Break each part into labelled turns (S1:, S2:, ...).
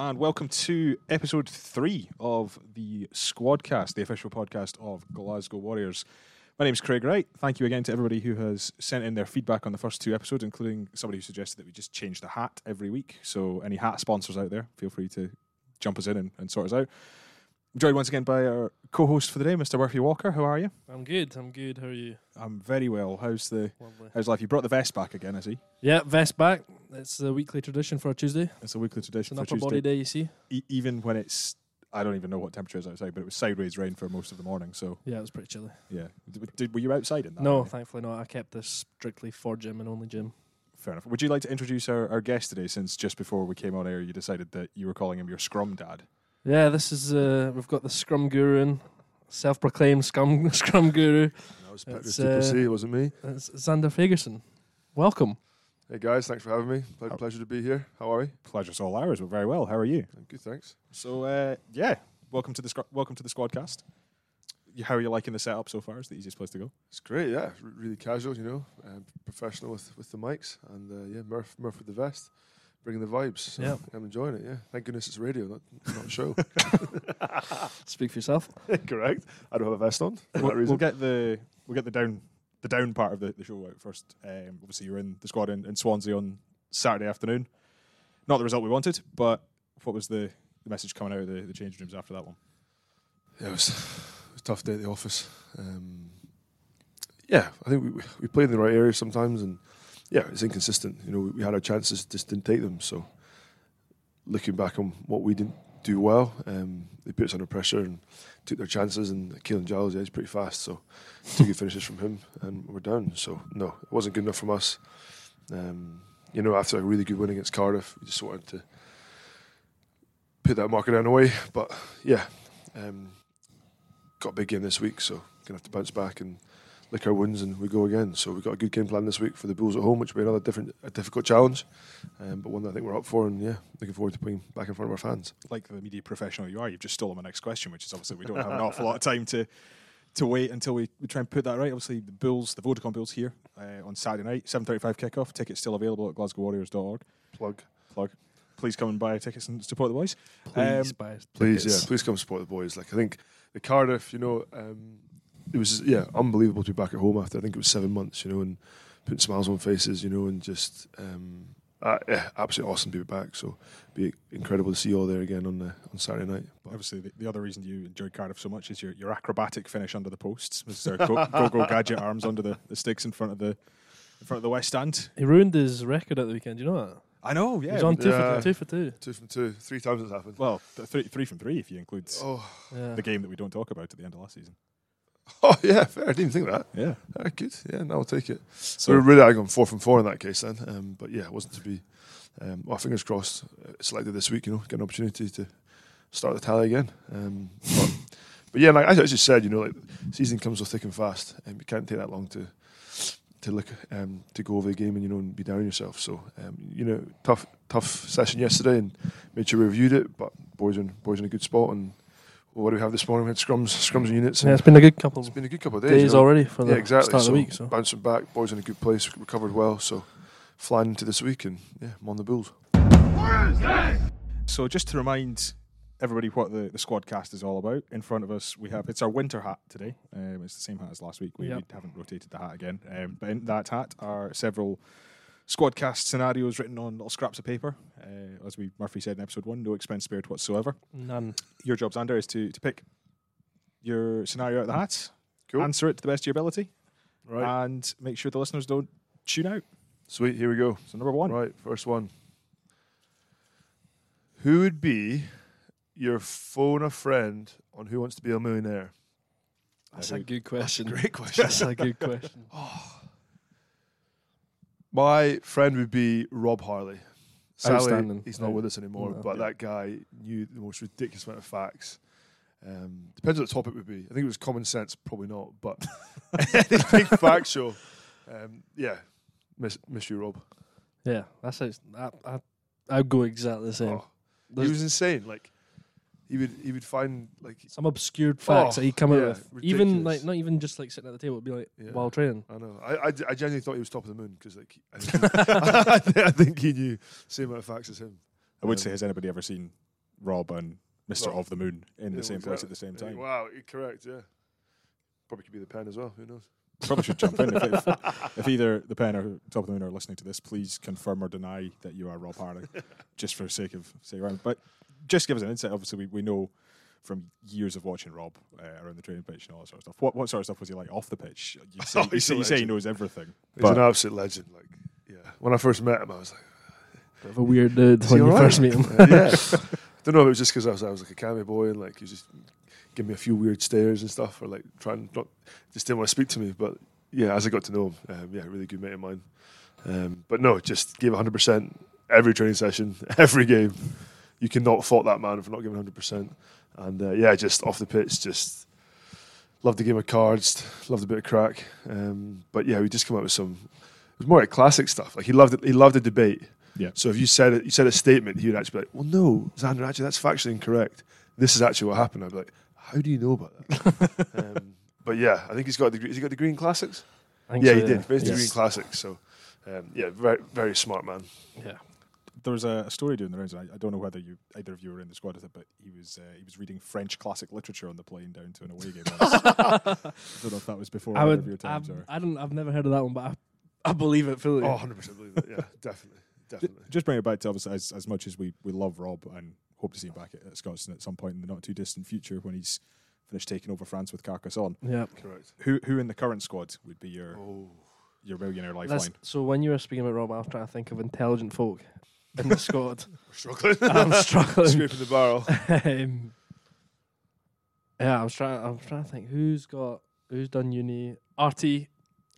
S1: and welcome to episode three of the Squadcast, the official podcast of Glasgow Warriors. My name's Craig Wright. Thank you again to everybody who has sent in their feedback on the first two episodes, including somebody who suggested that we just change the hat every week. So, any hat sponsors out there, feel free to jump us in and, and sort us out. I'm joined once again by our co host for the day, Mr. Murphy Walker. How are you?
S2: I'm good. I'm good. How are you?
S1: I'm very well. How's the
S2: Lovely.
S1: how's life? You brought the vest back again, I see.
S2: Yeah, vest back. It's a weekly tradition for a Tuesday.
S1: It's a weekly
S2: It's
S1: tradition
S2: an
S1: for
S2: upper
S1: Tuesday.
S2: body day, you see.
S1: e- even when it's I don't even know what temperature is outside, but it was sideways rain for most of the morning. So
S2: Yeah, it was pretty chilly.
S1: yeah, Did, did- were you outside in that?
S2: no,
S1: Andy?
S2: thankfully not. I kept this strictly for gym and only gym.
S1: fair enough. Would you like to introduce our, our guest today? Since just before we came on air, you decided that you were calling him your scrum dad.
S2: Yeah, this is uh, we've got the scrum guru, in, self-proclaimed scrum scrum guru,
S3: That was
S2: It's,
S3: Petrus
S2: uh,
S3: Duplessis, it wasn't me.
S2: it's Xander Ferguson. Welcome.
S3: Hey guys, thanks for having me. Ple-
S1: Oh.
S3: Pleasure to be here. How are we?
S1: Pleasure's all ours. We're very well. How are you?
S3: I'm good, thanks.
S1: So uh, yeah, welcome to the scr- welcome to the squadcast. You- How are you liking the setup so far? It's the easiest place to go.
S3: It's great, yeah. Re- really casual, you know, um, professional with, with the mics, and uh, yeah, Murph Murph with the vest, bringing the vibes. So
S2: Yeah.
S3: I'm enjoying it. Yeah, thank goodness it's radio, not not a show.
S2: Speak for yourself.
S3: Correct. I don't have a vest on. For
S1: We'll,
S3: that
S1: we'll
S3: reason.
S1: get the we'll get the down the down part of the, the show out first. Um, obviously, you're in the squad in, in Swansea on Saturday afternoon. Not the result we wanted, but what was the, the message coming out of the, the change rooms after that one?
S3: Yeah, it was, it was a tough day at the office. Um, yeah, I think we, we- we played in the right areas sometimes, and yeah, it's inconsistent. You know, we, we had our chances, just didn't take them. So, looking back on what we didn't do well, um, they put us under pressure and took their chances. And Keelan Giles, yeah, he's pretty fast, so two good finishes from him, and we're down. So, no, it wasn't good enough from us. Um, you know, after a really good win against Cardiff, we just wanted to put that marker down away. But yeah, um, got a big game this week, so gonna have to bounce back and lick our wounds, and we go again. So we've got a good game plan this week for the Bulls at home, which will be another different, a difficult challenge, um, but one that I think we're up for, and yeah, looking forward to playing back in front of our fans.
S1: Like the media professional you are, you've just stolen my next question, which is obviously we don't have an awful lot of time to to wait until we, we try and put that right. Obviously, the Bulls, the Vodacom Bulls here uh, on Saturday night, 7.35 kickoff. Tickets still available at glasgowwarriors.org.
S3: Plug,
S1: Plug. Please come and buy tickets and support the boys.
S2: Um, Please, buy
S3: please,
S2: tickets.
S3: yeah, please come support the boys. Like I think the Cardiff, you know, um, it was yeah unbelievable to be back at home after I think it was seven months, you know, and putting smiles on faces, you know, and just. Um, uh, yeah, absolutely awesome to be back. So, be incredible to see you all there again on uh, on Saturday night. But-
S1: Obviously, the, the other reason you enjoyed Cardiff so much is your, your acrobatic finish under the posts. It's their go, go go gadget arms under the, the sticks in front of the in front of the west stand.
S2: He ruined his record at the weekend. You know that?
S1: I know,
S2: He
S1: yeah.
S2: was on two
S3: Yeah.
S2: for two for two.
S3: Two from two, three times it's happened.
S1: well, th- three, three from three if you include
S3: Oh,
S2: Yeah.
S1: the game that we don't talk about at the end of last season.
S3: oh yeah, fair. I didn't even think of that.
S1: Yeah.
S3: Ah, good. Yeah, now I'll take it. So
S1: So
S3: we're really going four from four in that case then. Um, but yeah, it wasn't to be. Um, well, fingers crossed. uh, It's likely this week, you know, get an opportunity to start the tally again. Um, but, but yeah, like I just said, you know, like season comes so thick and fast, and you can't take that long to to look um, to go over the game and you know and be down on yourself. So um, you know, tough tough session yesterday, and made sure we reviewed it. But boys in boys in a good spot, and what do we have this morning? We had scrums, scrums and units. And
S2: Yeah, it's been a good couple
S3: it's
S2: of
S3: been a good couple of days. you
S2: days
S3: know.
S2: already for the
S3: Yeah, exactly.
S2: start
S3: so
S2: of the week. So
S3: bouncing back, boys in a good place, recovered well. So flying into this week, and yeah, I'm on the Bulls.
S1: So just to remind everybody what the, the squad cast is all about, in front of us we have it's our winter hat today. Um, it's the same hat as last week. We,
S2: Yep.
S1: we haven't rotated the hat again. Um, but in that hat are several squad cast scenarios written on little scraps of paper. Uh, as we Murphy said in episode one, no expense spared whatsoever.
S2: none.
S1: Your job, Xander, is to, to pick your scenario out of the hat,
S3: Cool.
S1: answer it to the best of your ability,
S3: Right.
S1: and make sure the listeners don't tune out.
S3: Sweet. Here we go.
S1: So number one,
S3: Right. First one. Who would be your phone a friend on Who Wants to Be a Millionaire?
S2: That's
S1: I
S2: a
S1: think-
S2: good question.
S3: Great question.
S2: That's a good question.
S3: My friend would be Rob Harley. Sadly,
S2: Outstanding.
S3: he's not with us anymore,
S2: No.
S3: but
S1: Yeah.
S3: that guy knew the most ridiculous amount of facts. Um, depends what the topic would be. I think it was common sense, probably not, but anything factual. Um, yeah, miss, miss you, Rob.
S2: Yeah, that's how I, I I'd go exactly the same.
S3: Oh, he was insane. Like he would, he would find like
S2: Some obscured facts
S3: Oh,
S2: that he come out
S3: yeah,
S2: with, even
S3: ridiculous.
S2: like not even just like sitting at the table, it'd be like
S3: Yeah.
S2: while training.
S3: I know. I, I, I genuinely thought he was top of the moon because like I think, he, I think he knew the same amount of facts as him.
S1: I would say, has anybody ever seen Rob and Mister
S3: Um, Rob.
S1: of the Moon in
S3: Yeah,
S1: the same place at
S3: exactly.
S1: the same
S3: Yeah,
S1: time.
S3: Wow, you're correct. Yeah, probably could be the pen as well. Who knows?
S1: Probably should jump in if, if, if either the pen or top of the moon are listening to this. Please confirm or deny that you are Rob Harding, just for the sake of say around. But just give us an insight. Obviously, we, we know from years of watching Rob uh, around the training pitch and all that sort of stuff. What what sort of stuff was he like off the pitch? You say,
S3: Oh,
S1: you,
S3: he's
S1: say,
S3: a
S1: you say he
S3: legend.
S1: knows everything.
S3: He's an absolute legend. Like, yeah. When I first met him, I was like,
S2: Bit of a weird dude
S3: Is he
S2: when you
S3: alright?
S2: first meet him.
S3: Uh, yeah. don't know if it was just because I was, I was like a cammy boy and like he just give me a few weird stares and stuff, or like trying not just didn't want to speak to me. But yeah, as I got to know him, um, yeah, really good mate of mine. Um, but no, just gave 100 percent every training session, every game. You cannot fault that man for not giving 100 percent. And uh, yeah, just off the pitch, just loved the game of cards, loved a bit of crack. Um, but yeah, we just come up with some. It was more like classic stuff. Like he loved it. He loved a debate.
S1: Yeah.
S3: So if you said it, you said a statement, he would actually be like, "Well, no, Xander, actually that's factually incorrect. This is actually what happened." I'd be like, "How do you know about that?" um, but yeah, I think he's got a degree. Has he got a degree in classics?
S2: I think
S3: Yeah,
S2: so,
S3: he did. He has a degree in
S1: Yes.
S3: classics. So um, yeah, very very smart man.
S2: Yeah.
S1: There was a, a story doing the rounds, and I, I don't know whether you either of you were in the squad with it, but he was uh, he was reading French classic literature on the plane down to an away game. once. I don't know if that was before
S2: I
S1: either of your
S2: would.
S1: times
S2: I've-
S1: or.
S2: I don't. I've never heard of that one, but I, I believe it fully.
S3: Oh, 100 percent believe it. Yeah, definitely,
S1: Ju-
S3: definitely.
S1: Just bring it back to obviously as, as much as we, we love Rob and hope to see him back at, at Scotsland at some point in the not too distant future when he's finished taking over France with Carcassonne.
S2: Yeah.
S3: Correct.
S1: Who who in the current squad would be your
S3: Oh,
S1: your millionaire
S2: That's-
S1: lifeline?
S2: so when you were speaking about Rob, I was trying to think of intelligent folk in the squad.
S3: we're struggling.
S2: I'm struggling.
S3: Scraping the barrel.
S2: um, yeah, I was trying. I'm trying to think who's got who's done uni. Artie.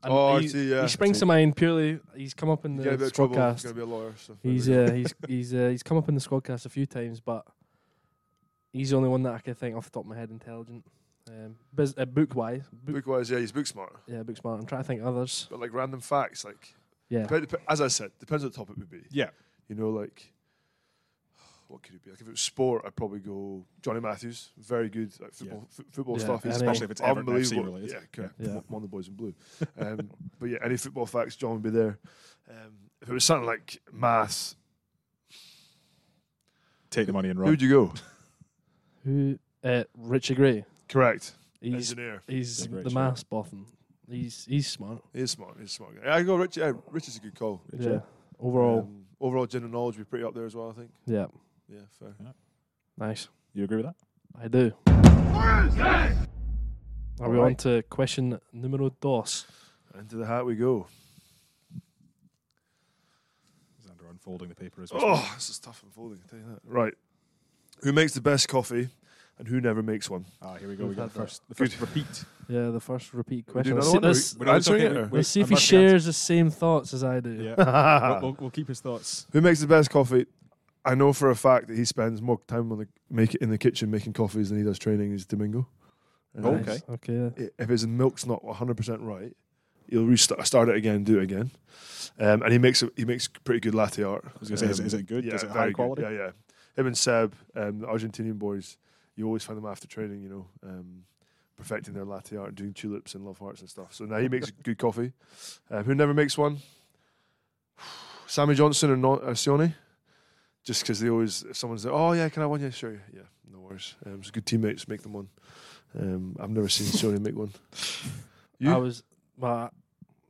S2: And
S3: oh,
S2: he,
S3: I see, yeah.
S2: he springs to mind purely. He's come up in the
S3: He's gonna be in trouble. He's gonna
S2: podcast.
S3: be a lawyer. So
S2: He's uh, he's he's uh, he's come up in the squadcast a few times, but he's the only one that I can think off the top of my head intelligent. Um, bus- uh, book wise, book,
S3: book wise, yeah, he's book smart.
S2: yeah, book smart. I'm trying to think of others.
S3: But like random facts, like
S2: Yeah,
S3: Dep- dep- as I said, depends what the topic would be.
S1: Yeah.
S3: You know, like what could it be? Like if it was sport, I'd probably go Johnny Matthews. Very good like football, f- football
S2: Yeah,
S3: stuff. He's
S2: any-
S1: Especially if it's Everton FC
S3: unbelievable.
S1: related.
S3: Yeah, correct.
S2: Yeah.
S3: I'm on the boys in blue. Um, but yeah, any football facts, John would be there. Um, if it was something like maths,
S1: Take the money and
S3: who
S1: run.
S3: would you go?
S2: who? Uh, Richie Gray.
S3: Correct.
S2: He's
S3: Engineer.
S2: he's
S1: Big
S2: the
S1: Richie.
S2: mass boffin. He's he's smart.
S3: He's smart. He's a smart guy. I go Rich. Yeah, Rich is a good call.
S1: Richie.
S2: Yeah, overall,
S3: Um, overall general knowledge would be pretty up there as well. I think.
S2: yeah,
S3: Yeah, fair.
S2: nice.
S1: You agree with that?
S2: I do. Are we on
S1: Alright.
S2: to question numero dos?
S3: Into the hat we go.
S1: Xander unfolding the paper as well.
S3: Oh, this is tough unfolding. I tell you that. Right. Who makes the best coffee, and who never makes one?
S1: Ah, here we go.
S2: We've
S1: We got
S2: had
S1: the
S2: that.
S1: first, the first repeat.
S2: Yeah, the first repeat
S3: we do
S2: question.
S3: another
S2: Let's see,
S3: one?
S2: let's-
S3: Are we- we're not
S1: Answering
S3: answering
S1: it, or-
S3: it, or-
S1: Wait,
S2: let's see if
S1: I'm
S2: he
S1: not gonna answer.
S2: shares the same thoughts as I do.
S1: Yeah. we'll, we'll, we'll keep his thoughts.
S3: Who makes the best coffee? I know for a fact that he spends more time on the make it in the kitchen making coffees than he does training. Is Domingo? Uh,
S1: Oh, okay.
S2: Okay. yeah.
S3: i- If his milk's not one hundred percent right, he'll restart start it again, do it again, um, and he makes a, he makes pretty good latte art.
S1: I was going to say, is, it- is it good?
S3: Yeah,
S1: is it
S3: very
S1: high
S3: good.
S1: quality?
S3: Yeah, yeah. Him and Seb, um, the Argentinian boys, you always find them after training, you know, um, perfecting their latte art, doing tulips and love hearts and stuff. So now he makes good coffee. Um, who never makes one? Sammy Johnson and not Arcione. Just because they always, if someone's like, oh yeah, can I have one? Yeah, sure. Yeah, no worries. Um, it's good teammates, make them one. Um, I've never seen Sony make one. You?
S2: I was. Well,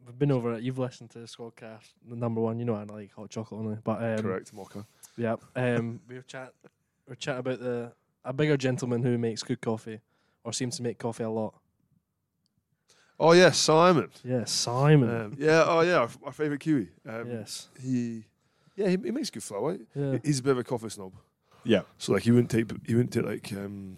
S2: I've been over it. You've listened to the Squadcast, the number one. You know I like hot chocolate only, but um,
S3: Correct, Mocha.
S2: Yeah. Um, we were chat. We were chatting about the a bigger gentleman who makes good coffee, or seems to make coffee a lot.
S3: Oh yeah, Simon.
S2: Yeah, Simon.
S3: Um, yeah, oh yeah, our, our favourite Kiwi. Um,
S2: yes.
S3: He, yeah, he, he makes good flour. Right?
S2: Yeah.
S3: He's a bit of a coffee snob.
S1: Yeah.
S3: So like he wouldn't take he wouldn't take like um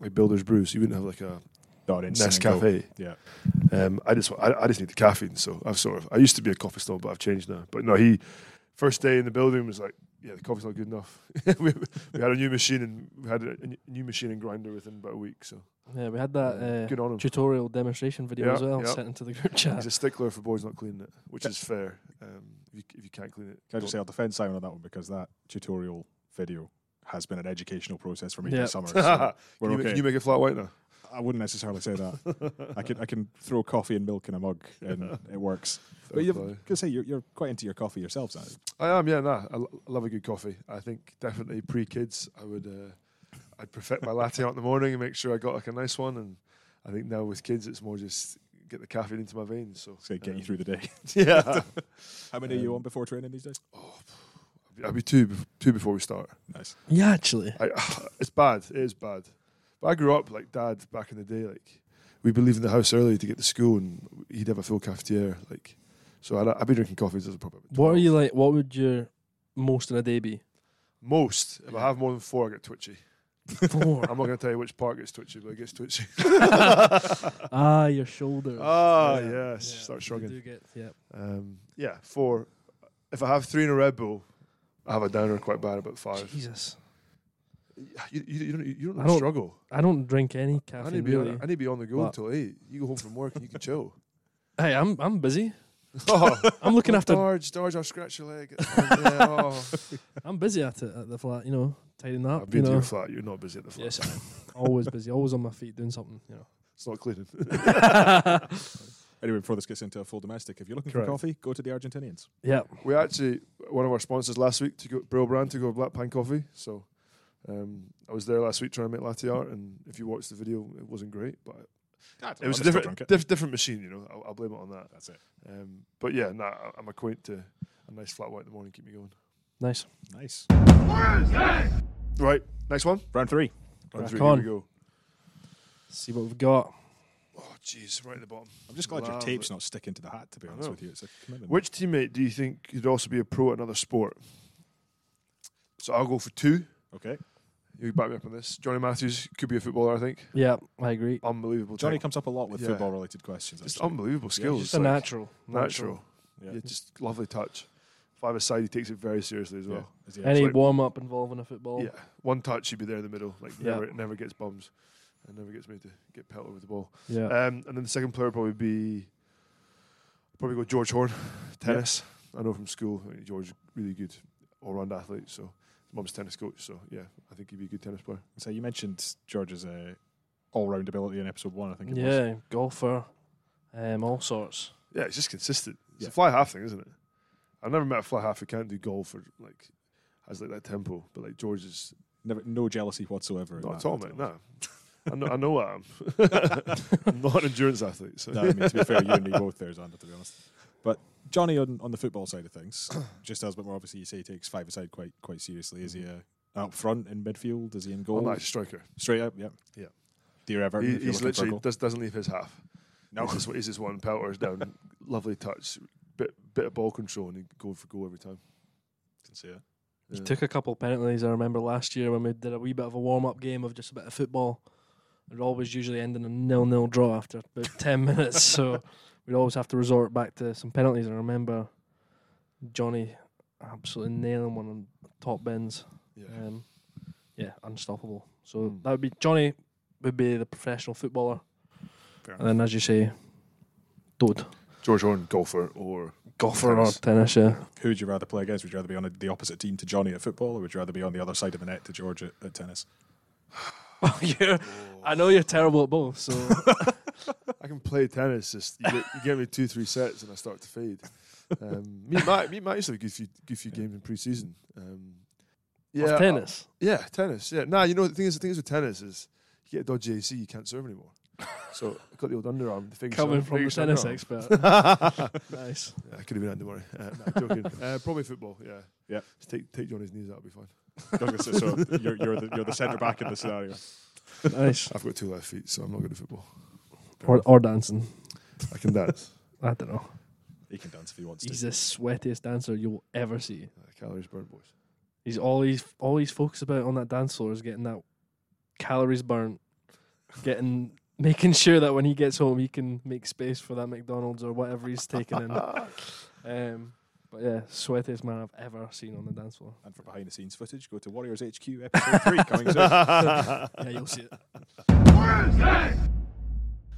S3: like Builder's Brews. He wouldn't have like a
S1: Not
S3: Nest
S1: instant and go.
S3: Cafe.
S1: Yeah.
S3: Um, I just wa- I, I just need the caffeine. So I've sort of I used to be a coffee snob, but I've changed now. But no, he first day in the building was like, yeah, the coffee's not good enough. we, we had a new machine and we had a, a new machine and grinder within about a week. So um,
S2: Yeah, we had that uh,
S3: good on him.
S2: tutorial demonstration video
S3: Yeah,
S2: as well
S3: yeah.
S2: sent into the group
S3: He's
S2: chat.
S3: a stickler for boys not cleaning it, which is fair. Um, if you, if you can't clean it,
S1: Can I just
S3: don't-
S1: say I'll defend Simon on that one because that tutorial video has been an educational process for me
S2: Yeah.
S1: this summer. So
S3: can,
S1: we're
S3: you,
S1: okay.
S3: make, can you make a flat white now?
S1: I wouldn't necessarily say that. I can I can throw coffee and milk in a mug and it works. But you've,
S3: play.
S1: I could say you're, you're quite into your coffee yourself, Sam.
S3: I am, yeah, nah. I, l- I love a good coffee. I think definitely pre kids, I would, uh, I'd perfect my latte out in the morning and make sure I got like a nice one. And I think now with kids, it's more just get the caffeine into my veins. So
S1: It's going to get
S3: um,
S1: you through the day.
S3: Yeah,
S1: How many are you
S3: Um,
S1: on before training these days?
S3: I'd be two, bef- two before we start.
S1: Nice.
S2: Yeah, actually.
S3: I, it's bad. It is bad. But I grew up like dad back in the day. Like we'd be leaving the house early to get to school, and he'd have a full cafetiere. Like so, I'd, I'd be drinking coffee as a probably. about
S2: What are
S3: 12.
S2: you like? What would your most in a day be?
S3: Most if I have more than four, I get twitchy.
S2: Four.
S3: I'm not going to tell you which part gets twitchy, but it gets twitchy.
S2: ah, your shoulders.
S3: Ah, yes, start
S2: you
S3: shrugging.
S2: do get- yeah.
S3: Um, yeah, four. If I have three in a Red Bull, I have a downer quite bad. About five.
S2: Jesus.
S3: You, you, you don't, you
S2: I
S3: don't,
S2: don't-
S3: struggle.
S2: I don't drink any
S3: I need, to
S2: caffeine
S3: be
S2: really.
S3: on, I need to be on the go
S2: But-
S3: until eight. You go home from work and you can chill.
S2: Hey, I'm I'm busy.
S3: oh,
S2: I'm looking after.
S3: Darge, Darge, I'll scratch your leg. It's fine, yeah, oh.
S2: I'm busy at it at the flat. You know, tidying up.
S3: I've
S2: you
S3: been to
S2: know,
S3: your flat. You're not busy at the flat.
S2: Yes, I am. always busy. Always on my feet doing something. You know.
S3: It's not cleaning.
S1: Anyway, before this gets into a full domestic, if you're looking
S3: Correct.
S1: for coffee, go to the Argentinians.
S2: yeah.
S3: we actually one of our sponsors last week to go Brill Brand to go Black Pine Coffee. So um, I was there last week trying to make latte art, and if you watched the video, it wasn't great, but it was a different diff- different machine. You know, I'll, I'll blame it on that.
S1: That's it.
S3: Um, but yeah, nah, I- I'm acquainted to a nice flat white in the morning. Keep me going.
S2: Nice.
S1: Nice.
S3: Right, next one.
S1: Round three.
S3: Round
S2: Crack
S3: three,
S2: on.
S3: Here we go.
S2: see what we've got.
S3: Oh, jeez, right at the bottom.
S1: I'm just glad your
S3: Love
S1: tape's
S3: it.
S1: not sticking to the hat, to be
S3: I
S1: honest
S3: know.
S1: with you. It's a commitment.
S3: Which teammate do you think could also be a pro at another sport? So I'll go for two.
S1: Okay.
S3: You back me up on this. Johnny Matthews could be a footballer, I think.
S2: Yeah, I agree.
S3: Unbelievable.
S1: Johnny
S3: tech-
S1: comes up a lot with
S3: Yeah.
S1: football related questions.
S3: just
S1: actually.
S3: unbelievable
S1: Yeah,
S3: skills.
S2: Just a
S3: like,
S2: natural,
S3: Natural.
S1: Yeah.
S3: Yeah. just lovely touch. Five aside, he takes it very seriously as well.
S1: Is he
S2: Any
S1: actually-
S2: warm up involving a football?
S3: Yeah, one touch, he'd be there in the middle. Like
S2: Yeah.
S3: never, never gets bums, and never gets made to get pelted with the ball.
S2: Yeah.
S3: Um, and then the second player would probably be probably go George Horn, tennis. I know from school. I think George really good all round athlete. So his mum's tennis coach. So yeah, I think he'd be a good tennis player.
S1: So you mentioned George's uh, all round ability in episode one, I think it was.
S2: yeah, golfer, um, all sorts.
S3: Yeah, it's just consistent. It's
S1: Yeah.
S3: a fly half thing, isn't it? I've never met a fly half who can't do golf or like has like that tempo. But like George is
S1: Never, no jealousy whatsoever. in
S3: not
S1: that,
S3: at
S1: I
S3: all, mate.
S1: don't
S3: No. I know, I know I am. I'm not an endurance athlete. So
S1: No, I mean, to be fair, you and me both there, Xander, to be honest. But Johnny, on, on the football side of things, just as a bit more obviously, you say he takes five aside quite quite seriously. Is he
S3: Mm-hmm.
S1: uh, up front in midfield? Is he in
S3: I'm
S1: goal?
S3: not a striker.
S1: Straight up, yeah.
S3: Oh, Yeah.
S1: Dear Everton,
S3: He,
S1: if you're looking
S3: he's
S1: for a
S3: literally
S1: goal.
S3: does, doesn't leave his half.
S1: No.
S3: He's just, he's just one pelters down. Lovely touch. Bit bit of ball control and he go for goal every time.
S1: Can see that.
S2: He
S3: Yeah.
S2: took a couple penalties. I remember last year when we did a wee bit of a warm up game of just a bit of football. It always usually end in a nil nil draw after about ten minutes, so we'd always have to resort back to some penalties. I remember Johnny absolutely nailing one on top bins.
S3: Yeah.
S2: Um, yeah, unstoppable. So
S3: Mm.
S2: that would be Johnny would be the professional footballer,
S1: Fair
S2: and then as you say, Dode,
S3: George Horn, golfer or
S2: golfer or
S3: Tennis.
S2: tennis. Yeah,
S1: Who would you rather play against? Would you rather be on the opposite team to Johnny at football, or would you rather be on the other side of the net to George at, at tennis?
S2: you're, I know you're terrible at both. So
S3: Oh. I can play tennis. Just you get, you get me two three sets and I start to fade. Um, me and Matt, me and Matt used to have a good few good few games in pre-season. Um,
S2: yeah,
S3: I-
S2: tennis.
S3: yeah, tennis. Yeah. Nah, you know the thing is the thing is with tennis is you get a dodgy AC, you can't serve anymore. So I got the old underarm. The fingers
S2: Coming
S3: under-
S2: from the
S3: fingers
S2: tennis
S3: underarm.
S2: expert. nice.
S3: "Oh, Yeah, I could have been Andy Murray. Uh, nah, joking. uh, probably football. Yeah.
S1: Yep.
S3: Just take take Johnny's knees out. It'll be fine.
S1: I was gonna say, so you're, you're the, you're the centre back in the scenario.
S2: Nice.
S3: I've got two left feet, so I'm not good at football.
S2: Or, or dancing.
S3: I can dance.
S2: I don't know.
S1: He can dance if he wants to.
S2: He's the sweatiest dancer you'll ever see.
S3: Uh, calories burn, boys.
S2: He's all he's all he's focused about on that dance floor is getting that calories burnt, getting making sure that when he gets home he can make space for that McDonald's or whatever he's taking in. Um, but yeah, sweatiest man I've ever seen on the dance floor.
S1: And for behind the scenes footage, go to Warriors HQ episode three coming soon.
S2: Yeah, you'll see it.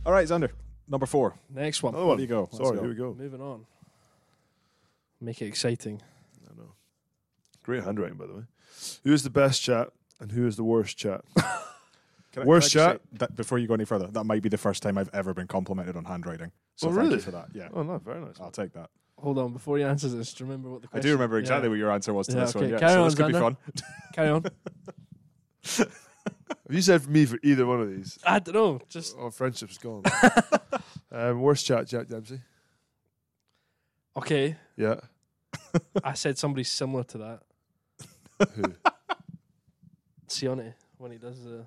S1: All right, Xander, number four.
S2: Next one.
S3: Another one.
S1: There you go. Let's
S3: Sorry,
S1: go.
S3: here we go.
S2: Moving on. Make it exciting.
S3: I know. Great handwriting, by the way. Who is the best chat and who is the worst chat?
S1: Can can
S3: Worst
S1: just
S3: shot.
S1: say That before you go any further, that might be the first time I've ever been complimented on handwriting. So
S3: Oh,
S1: thank
S3: really?
S1: you for that. Yeah,
S3: Oh no, very nice.
S1: I'll take that.
S2: Hold on, before he answers this, do you remember what the
S1: I
S2: question
S1: do remember exactly
S2: Yeah.
S1: what your answer was to
S2: Yeah,
S1: this one.
S2: okay.
S1: Yeah,
S2: Carry
S1: so
S2: on,
S1: this could be
S2: Xander.
S1: fun.
S2: Carry on.
S3: Have you said for me for either one of these?
S2: I don't know. Just
S3: Our friendship's gone. um, worst chat, Jack Dempsey.
S2: okay.
S3: Yeah.
S2: I said somebody similar to that.
S3: Who?
S2: Sione when he does the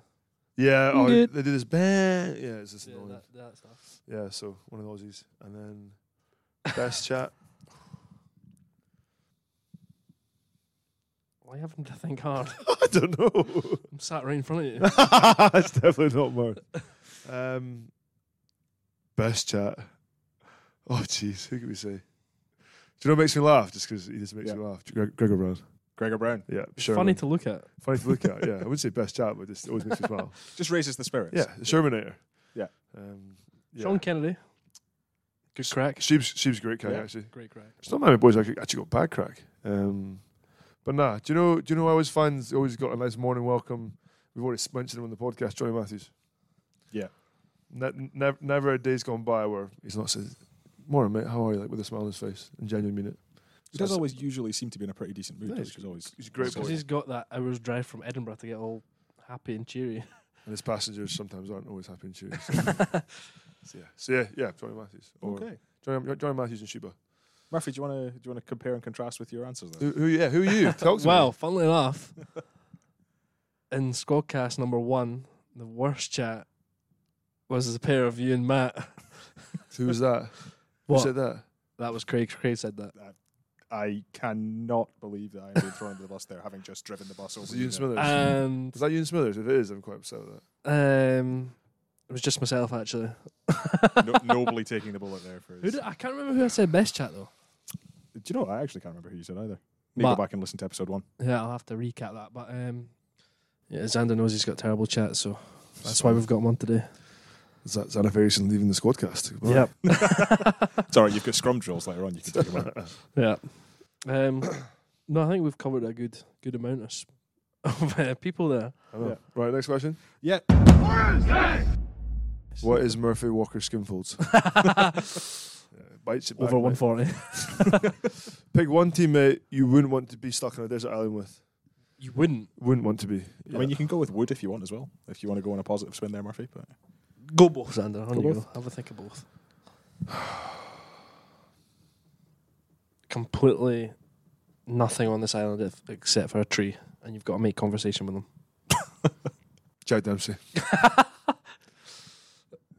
S3: Yeah. Oh, they
S2: Good.
S3: do this. Bang. Yeah, it's just
S2: yeah,
S3: annoying.
S2: that, that stuff.
S3: Yeah, so one of those is, and then best chat.
S2: Why haven't I think hard?
S3: I don't know.
S2: I'm sat right in front of you.
S3: That's definitely not mine. Um, best chat. Oh jeez, who can we say? Do you know what makes me laugh? Just because he just makes me laugh. Gre- Gregor Brown.
S1: Gregor Brown
S3: Yeah,
S2: It's
S3: Sherman.
S2: funny to look at.
S3: funny to look at. Yeah, I wouldn't say best chat, but just always makes me smile.
S1: just raises the spirits.
S3: Yeah, the Shermanator.
S1: Yeah.
S3: Um,
S2: Sean Kennedy. Good crack.
S3: Sheep's, Sheep's a great guy
S1: Yeah.
S3: actually.
S2: Great crack.
S3: It's not many boys actually, actually got bad crack. Um, but nah, do you know? Do you know? I always find always got a nice morning welcome. We've already mentioned him on the podcast, Johnny Matthews.
S1: Yeah.
S3: Ne- nev- never a day's gone by where he's not said, "Morning, mate. How are you?like with a smile on his face and genuine mean it.
S1: He does
S3: So-
S1: always usually seem to be in a pretty decent mood,
S3: Yeah,
S1: which
S3: he's-
S1: is always
S3: he's a
S1: always
S3: great
S2: Because
S3: boy.
S1: good.
S2: he's got that hour's drive from Edinburgh to get all happy and cheery.
S3: And his passengers sometimes aren't always happy and cheery. So, so yeah, so yeah, yeah, Johnny Matthews. Or
S1: Okay,
S3: Johnny, Johnny Matthews and Sheba.
S1: Murphy, do you want to do you want to compare and contrast with your answers? Then?
S3: Who, who, yeah, who are you? Talk to
S2: well,
S3: me.
S2: funnily enough, in Squadcast number one, the worst chat was the pair of you and Matt.
S3: Who was that?
S2: What?
S3: Who said that?
S2: That was Craig. Craig said that.
S1: I cannot believe that I'm being thrown under the bus there, having just driven the bus over.
S3: Was it Ewan
S1: there.
S3: Smithers?
S2: And
S3: was that Ewan Smithers? If it is, I'm quite upset with that.
S2: um, it was just myself actually.
S1: uh, no, nobly taking the bullet there for
S2: Who
S1: his.
S2: did, I can't remember who I said best chat though.
S1: Do you know what? I actually can't remember who you said either. Need to go
S2: Matt.
S1: back and listen to episode one.
S2: Yeah, I'll have to recap that. But um, yeah, Xander knows he's got terrible chat, so that's why we've got him on today.
S3: Is that Zana Ferguson leaving the squadcast? Goodbye.
S1: It's all right. You've got scrum drills later on. You can talk about.
S2: Yeah. Um, no, I think we've covered a good good amount of, s- of uh, people there.
S3: I know.
S1: Yeah.
S3: Right, next question.
S1: Yeah,
S3: What is Murphy Walker Skinfolds? yeah, bites it back,
S2: Over
S3: mate.
S2: 140.
S3: Pick one teammate you wouldn't want to be stuck on a desert island with.
S2: You wouldn't
S3: Wouldn't want to be.
S1: I mean, you can go with wood if you want as well. If you want to go on a positive spin there, Murphy. But
S2: go both, Xander. On
S3: Go
S2: you
S3: both.
S2: go. Have a think of both. Completely nothing on this island if, except for a tree, and you've got to make conversation with them.
S3: Jack Dempsey.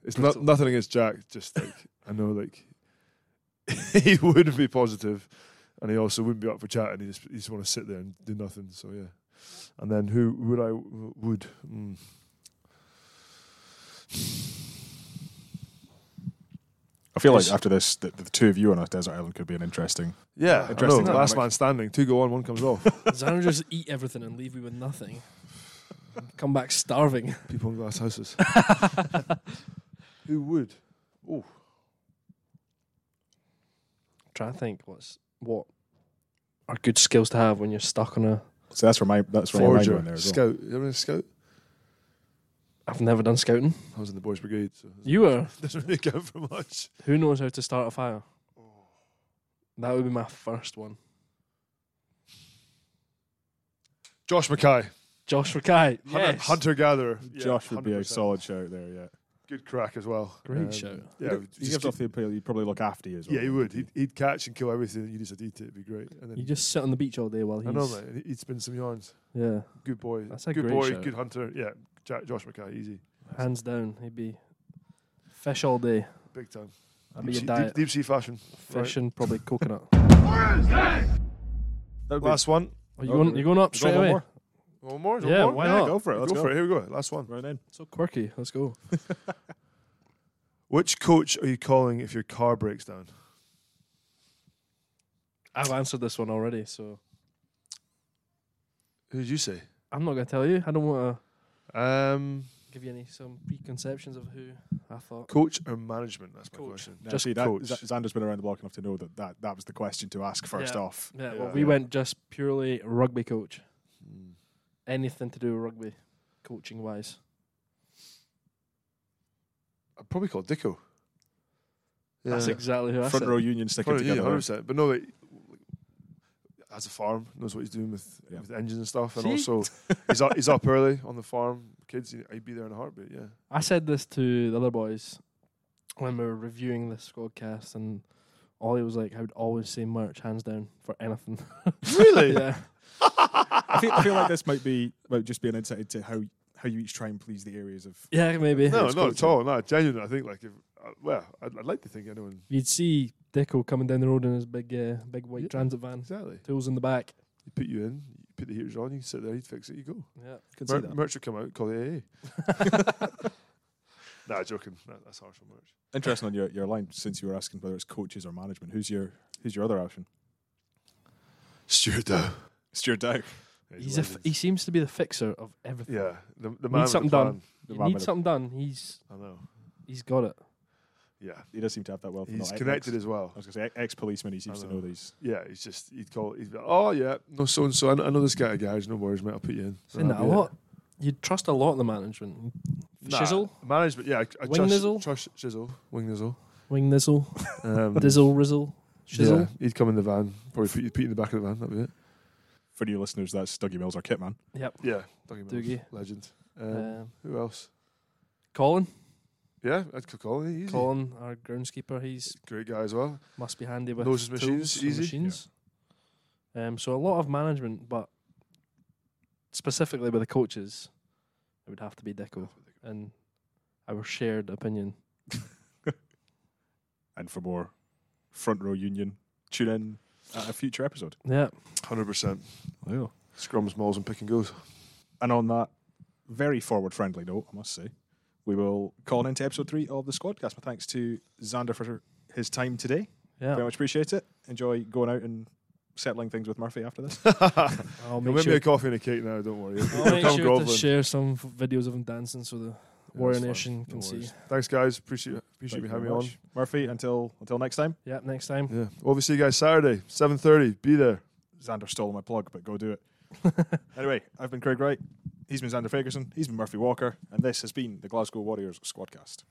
S3: it's not nothing against Jack. Just like I know, like he wouldn't be positive, and he also wouldn't be up for chatting. He just he just want to sit there and do nothing. So yeah. And then who would I w- would? Mm.
S1: I feel like
S3: Yes.
S1: after this, the, the two of you on a desert island could be an interesting.
S3: Yeah, I know.
S1: Interesting
S3: Last
S1: dynamic.
S3: man standing. Two go on, one comes off.
S2: Xander just eat everything and leave you with nothing. Come back starving.
S3: People in glass houses. Who would? Oh,
S2: Try to think what's what are good skills to have when you're stuck on a.
S1: So that's where my that's where my mind
S3: Forger,
S1: went there as well.
S3: Scout. You ever been a Scout?
S2: I've never done scouting.
S3: I was in the Boys Brigade, so
S2: You were.
S3: doesn't really count for much.
S2: Who knows how to start a fire? That would be my first one.
S3: Josh Mackay,
S2: Josh Rakai.
S3: hunter, hunter gatherer.
S1: Josh would be a solid shout there. Yeah,
S3: good crack as well. Um,
S2: Great shout.
S3: Yeah,
S1: He
S3: we'd
S1: he
S3: just
S1: gives
S3: keep-
S1: off the appeal. He'd probably look after you as well.
S3: yeah, he would. He'd, he'd catch and kill everything. and You just eat it. It'd be great. And then
S2: You just sit on the beach all day while he's.
S3: I know, mate. and He'd spin some yarns.
S2: Yeah,
S3: Good boy.
S2: That's a
S3: good
S2: great
S3: boy.
S2: shout.
S3: Good hunter. Yeah, Ja- Josh Mackay, easy,
S2: hands down, he'd be fish all day.
S3: big time.
S2: That'd
S3: Deep
S2: be
S3: sea,
S2: your diet.
S3: deep, deep sea fashion.
S2: fish and probably coconut.
S1: That would be-
S3: Last one.
S2: Are you
S1: Oh,
S2: going? You going up
S1: Go
S2: straight
S1: one
S2: away?
S1: more.
S3: One more. is there
S2: Yeah,
S3: one more?
S2: why
S1: yeah,
S2: not?
S1: go for it. Let's
S3: go,
S1: go,
S3: for it. Here we go. Last one.
S1: Right in.
S2: So quirky. Let's go.
S3: Which coach are you calling if your car breaks down?
S2: I've answered this one already, so
S3: Who did you say?
S2: I'm not gonna tell you. I don't want to
S3: Um,
S2: give you any some preconceptions of who I thought.
S3: coach or management? That's my
S2: Coach.
S3: question.
S1: Now,
S2: Just
S1: see, that,
S3: coach.
S1: Z- Xander's been around the block enough to know that that, that was the question to ask first
S2: Yeah.
S1: off.
S2: Yeah,
S3: Yeah.
S2: well, we
S3: Yeah.
S2: went just purely rugby coach.
S3: Mm.
S2: Anything to do with rugby, coaching wise.
S3: I'd probably call Dicko.
S2: That's exactly who I
S1: Front
S2: said.
S1: row union sticking
S3: Probably, yeah,
S1: together. there.
S3: 100%. But no, like, as a farm, knows what he's doing with,
S1: Yeah.
S3: with engines and stuff. And
S2: See?
S3: also, he's up, he's up early on the farm. Kids, he- he'd be there in a heartbeat, yeah.
S2: I said this to the other boys when we were reviewing this squadcast, and Ollie was like, "I would always say merch, hands down, for anything."
S3: Really?
S2: yeah,
S1: I feel, I feel like this might be might just be an insight into how how you each try and please the areas of.
S2: yeah, maybe.
S3: No,
S1: it's
S3: not at
S1: culture.
S3: all. No, genuinely, I think, like, if, uh, well, I'd, I'd like to think anyone.
S2: You'd see Dicko coming down the road in his big, uh, big white
S3: Yeah.
S2: transit van,
S3: Exactly.
S2: tools in the back.
S3: You put you in, you put the heaters on, you sit there, he'd fix it, you go.
S2: Yeah,
S1: Can
S3: Mer- merch would come out, call the AA. nah, joking. Nah, that's harsh on merch.
S1: Interesting on your, your line since you were asking whether it's coaches or management. Who's your who's your other option?
S3: Stuart Dow.
S1: Stuart Dow.
S2: he's a f- he seems to be the fixer of everything.
S3: yeah, the, the man. with
S2: something
S3: the plan.
S2: done.
S1: The
S2: you
S1: man
S2: need
S1: with the-
S2: something done. He's
S3: I know.
S2: he's got it.
S3: Yeah,
S1: He does seem to have that wealth. of
S3: he's
S1: knowledge.
S3: connected
S1: Ex,
S3: as well.
S1: I was going to say ex policeman. He seems
S3: I
S1: to
S3: know.
S1: know these.
S3: Yeah, he's just he'd call. He'd be like, oh yeah, no so and so. I know this guy at garage. No worries, mate. I'll put you in.
S2: Saying that a
S3: That'd be it.
S2: lot. You'd trust a lot in the management.
S3: Nah,
S2: Shizzle,
S3: management. Yeah, I, I
S2: Wing
S3: trust,
S2: nizzle?
S3: trust shizzle, wing nizzle,
S2: wing nizzle,
S3: um,
S2: dizzle, rizzle, shizzle.
S3: Yeah, he'd come in the van. Probably put you, put you in the back of the van. That'd be it.
S1: For new listeners, that's Dougie Mills, our kit man.
S2: Yep.
S3: Yeah, Dougie Mills,
S2: Doogie.
S3: legend. Um,
S2: Um,
S3: who else?
S2: Colin,
S3: Yeah, I'd call Colin. Easy.
S2: Colin, our groundskeeper, he's
S3: Great guy as well.
S2: must be handy with
S3: Knows his
S2: tools
S3: machines,
S2: and
S3: easy.
S2: machines. Um, so a lot of management, but specifically with the coaches, it would have to be Dicko and our shared opinion.
S1: And for more front row union, tune in at a future episode.
S2: Yeah,
S3: Hundred percent.
S1: Yeah.
S3: Scrums, mauls, and pick and goes.
S1: And on that very forward friendly note, I must say, we will call into episode three of the Squadcast. My thanks to Xander for his time today. Very
S2: yeah.
S1: much appreciate it. Enjoy going out and settling things with Murphy after this.
S2: I'll
S3: He'll
S2: make
S3: make me
S2: sure,
S3: a coffee and a cake now. Don't worry.
S2: I'll
S3: He'll
S2: make
S3: come
S2: sure to
S3: groveling.
S2: share some f- videos of him dancing so the
S3: Yeah,
S2: Warrior
S3: that's fine.
S2: Nation
S3: No
S2: can see.
S3: worries. Thanks, guys. Appreciate appreciate
S1: Thank
S3: you
S1: you
S3: having me
S1: very
S3: on.
S1: much. Murphy, until until next time.
S2: Yeah, next time.
S3: Yeah. Obviously, you guys, Saturday, seven thirty. Be there.
S1: Xander stole my plug, but go do it. anyway, I've been Craig Wright. He's been Xander Ferguson. He's been Murphy Walker. And this has been the Glasgow Warriors Squadcast.